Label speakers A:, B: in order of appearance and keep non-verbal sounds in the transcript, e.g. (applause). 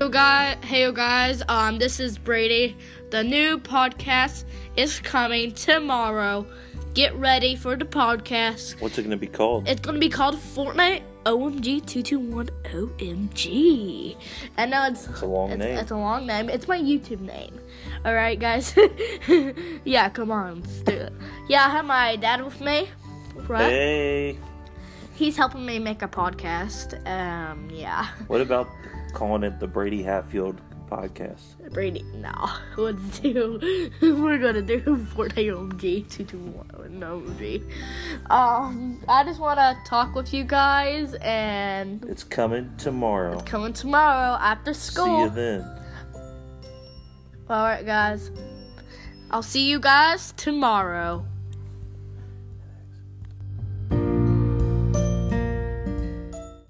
A: Yo guys, hey yo guys. Um, this is Brady. The new podcast is coming tomorrow. Get ready for the podcast.
B: What's it going to be called?
A: It's gonna be called Fortnite OMG two two one OMG. I know it's
B: a long
A: it's,
B: name.
A: It's a long name. It's my YouTube name. All right, guys. (laughs) yeah, come on, let's do it. Yeah, I have my dad with me. Right?
B: hey,
A: He's helping me make a podcast. Um, yeah,
B: what about calling it the Brady Hatfield podcast?
A: Brady. No, (laughs) let's do. (laughs) We're gonna do Fortnite OMG two two one OMG. Um, I just wanna talk with you guys and.
B: It's coming tomorrow.
A: coming tomorrow after
B: See
A: school.
B: you then.
A: All right, guys. I'll see you guys tomorrow.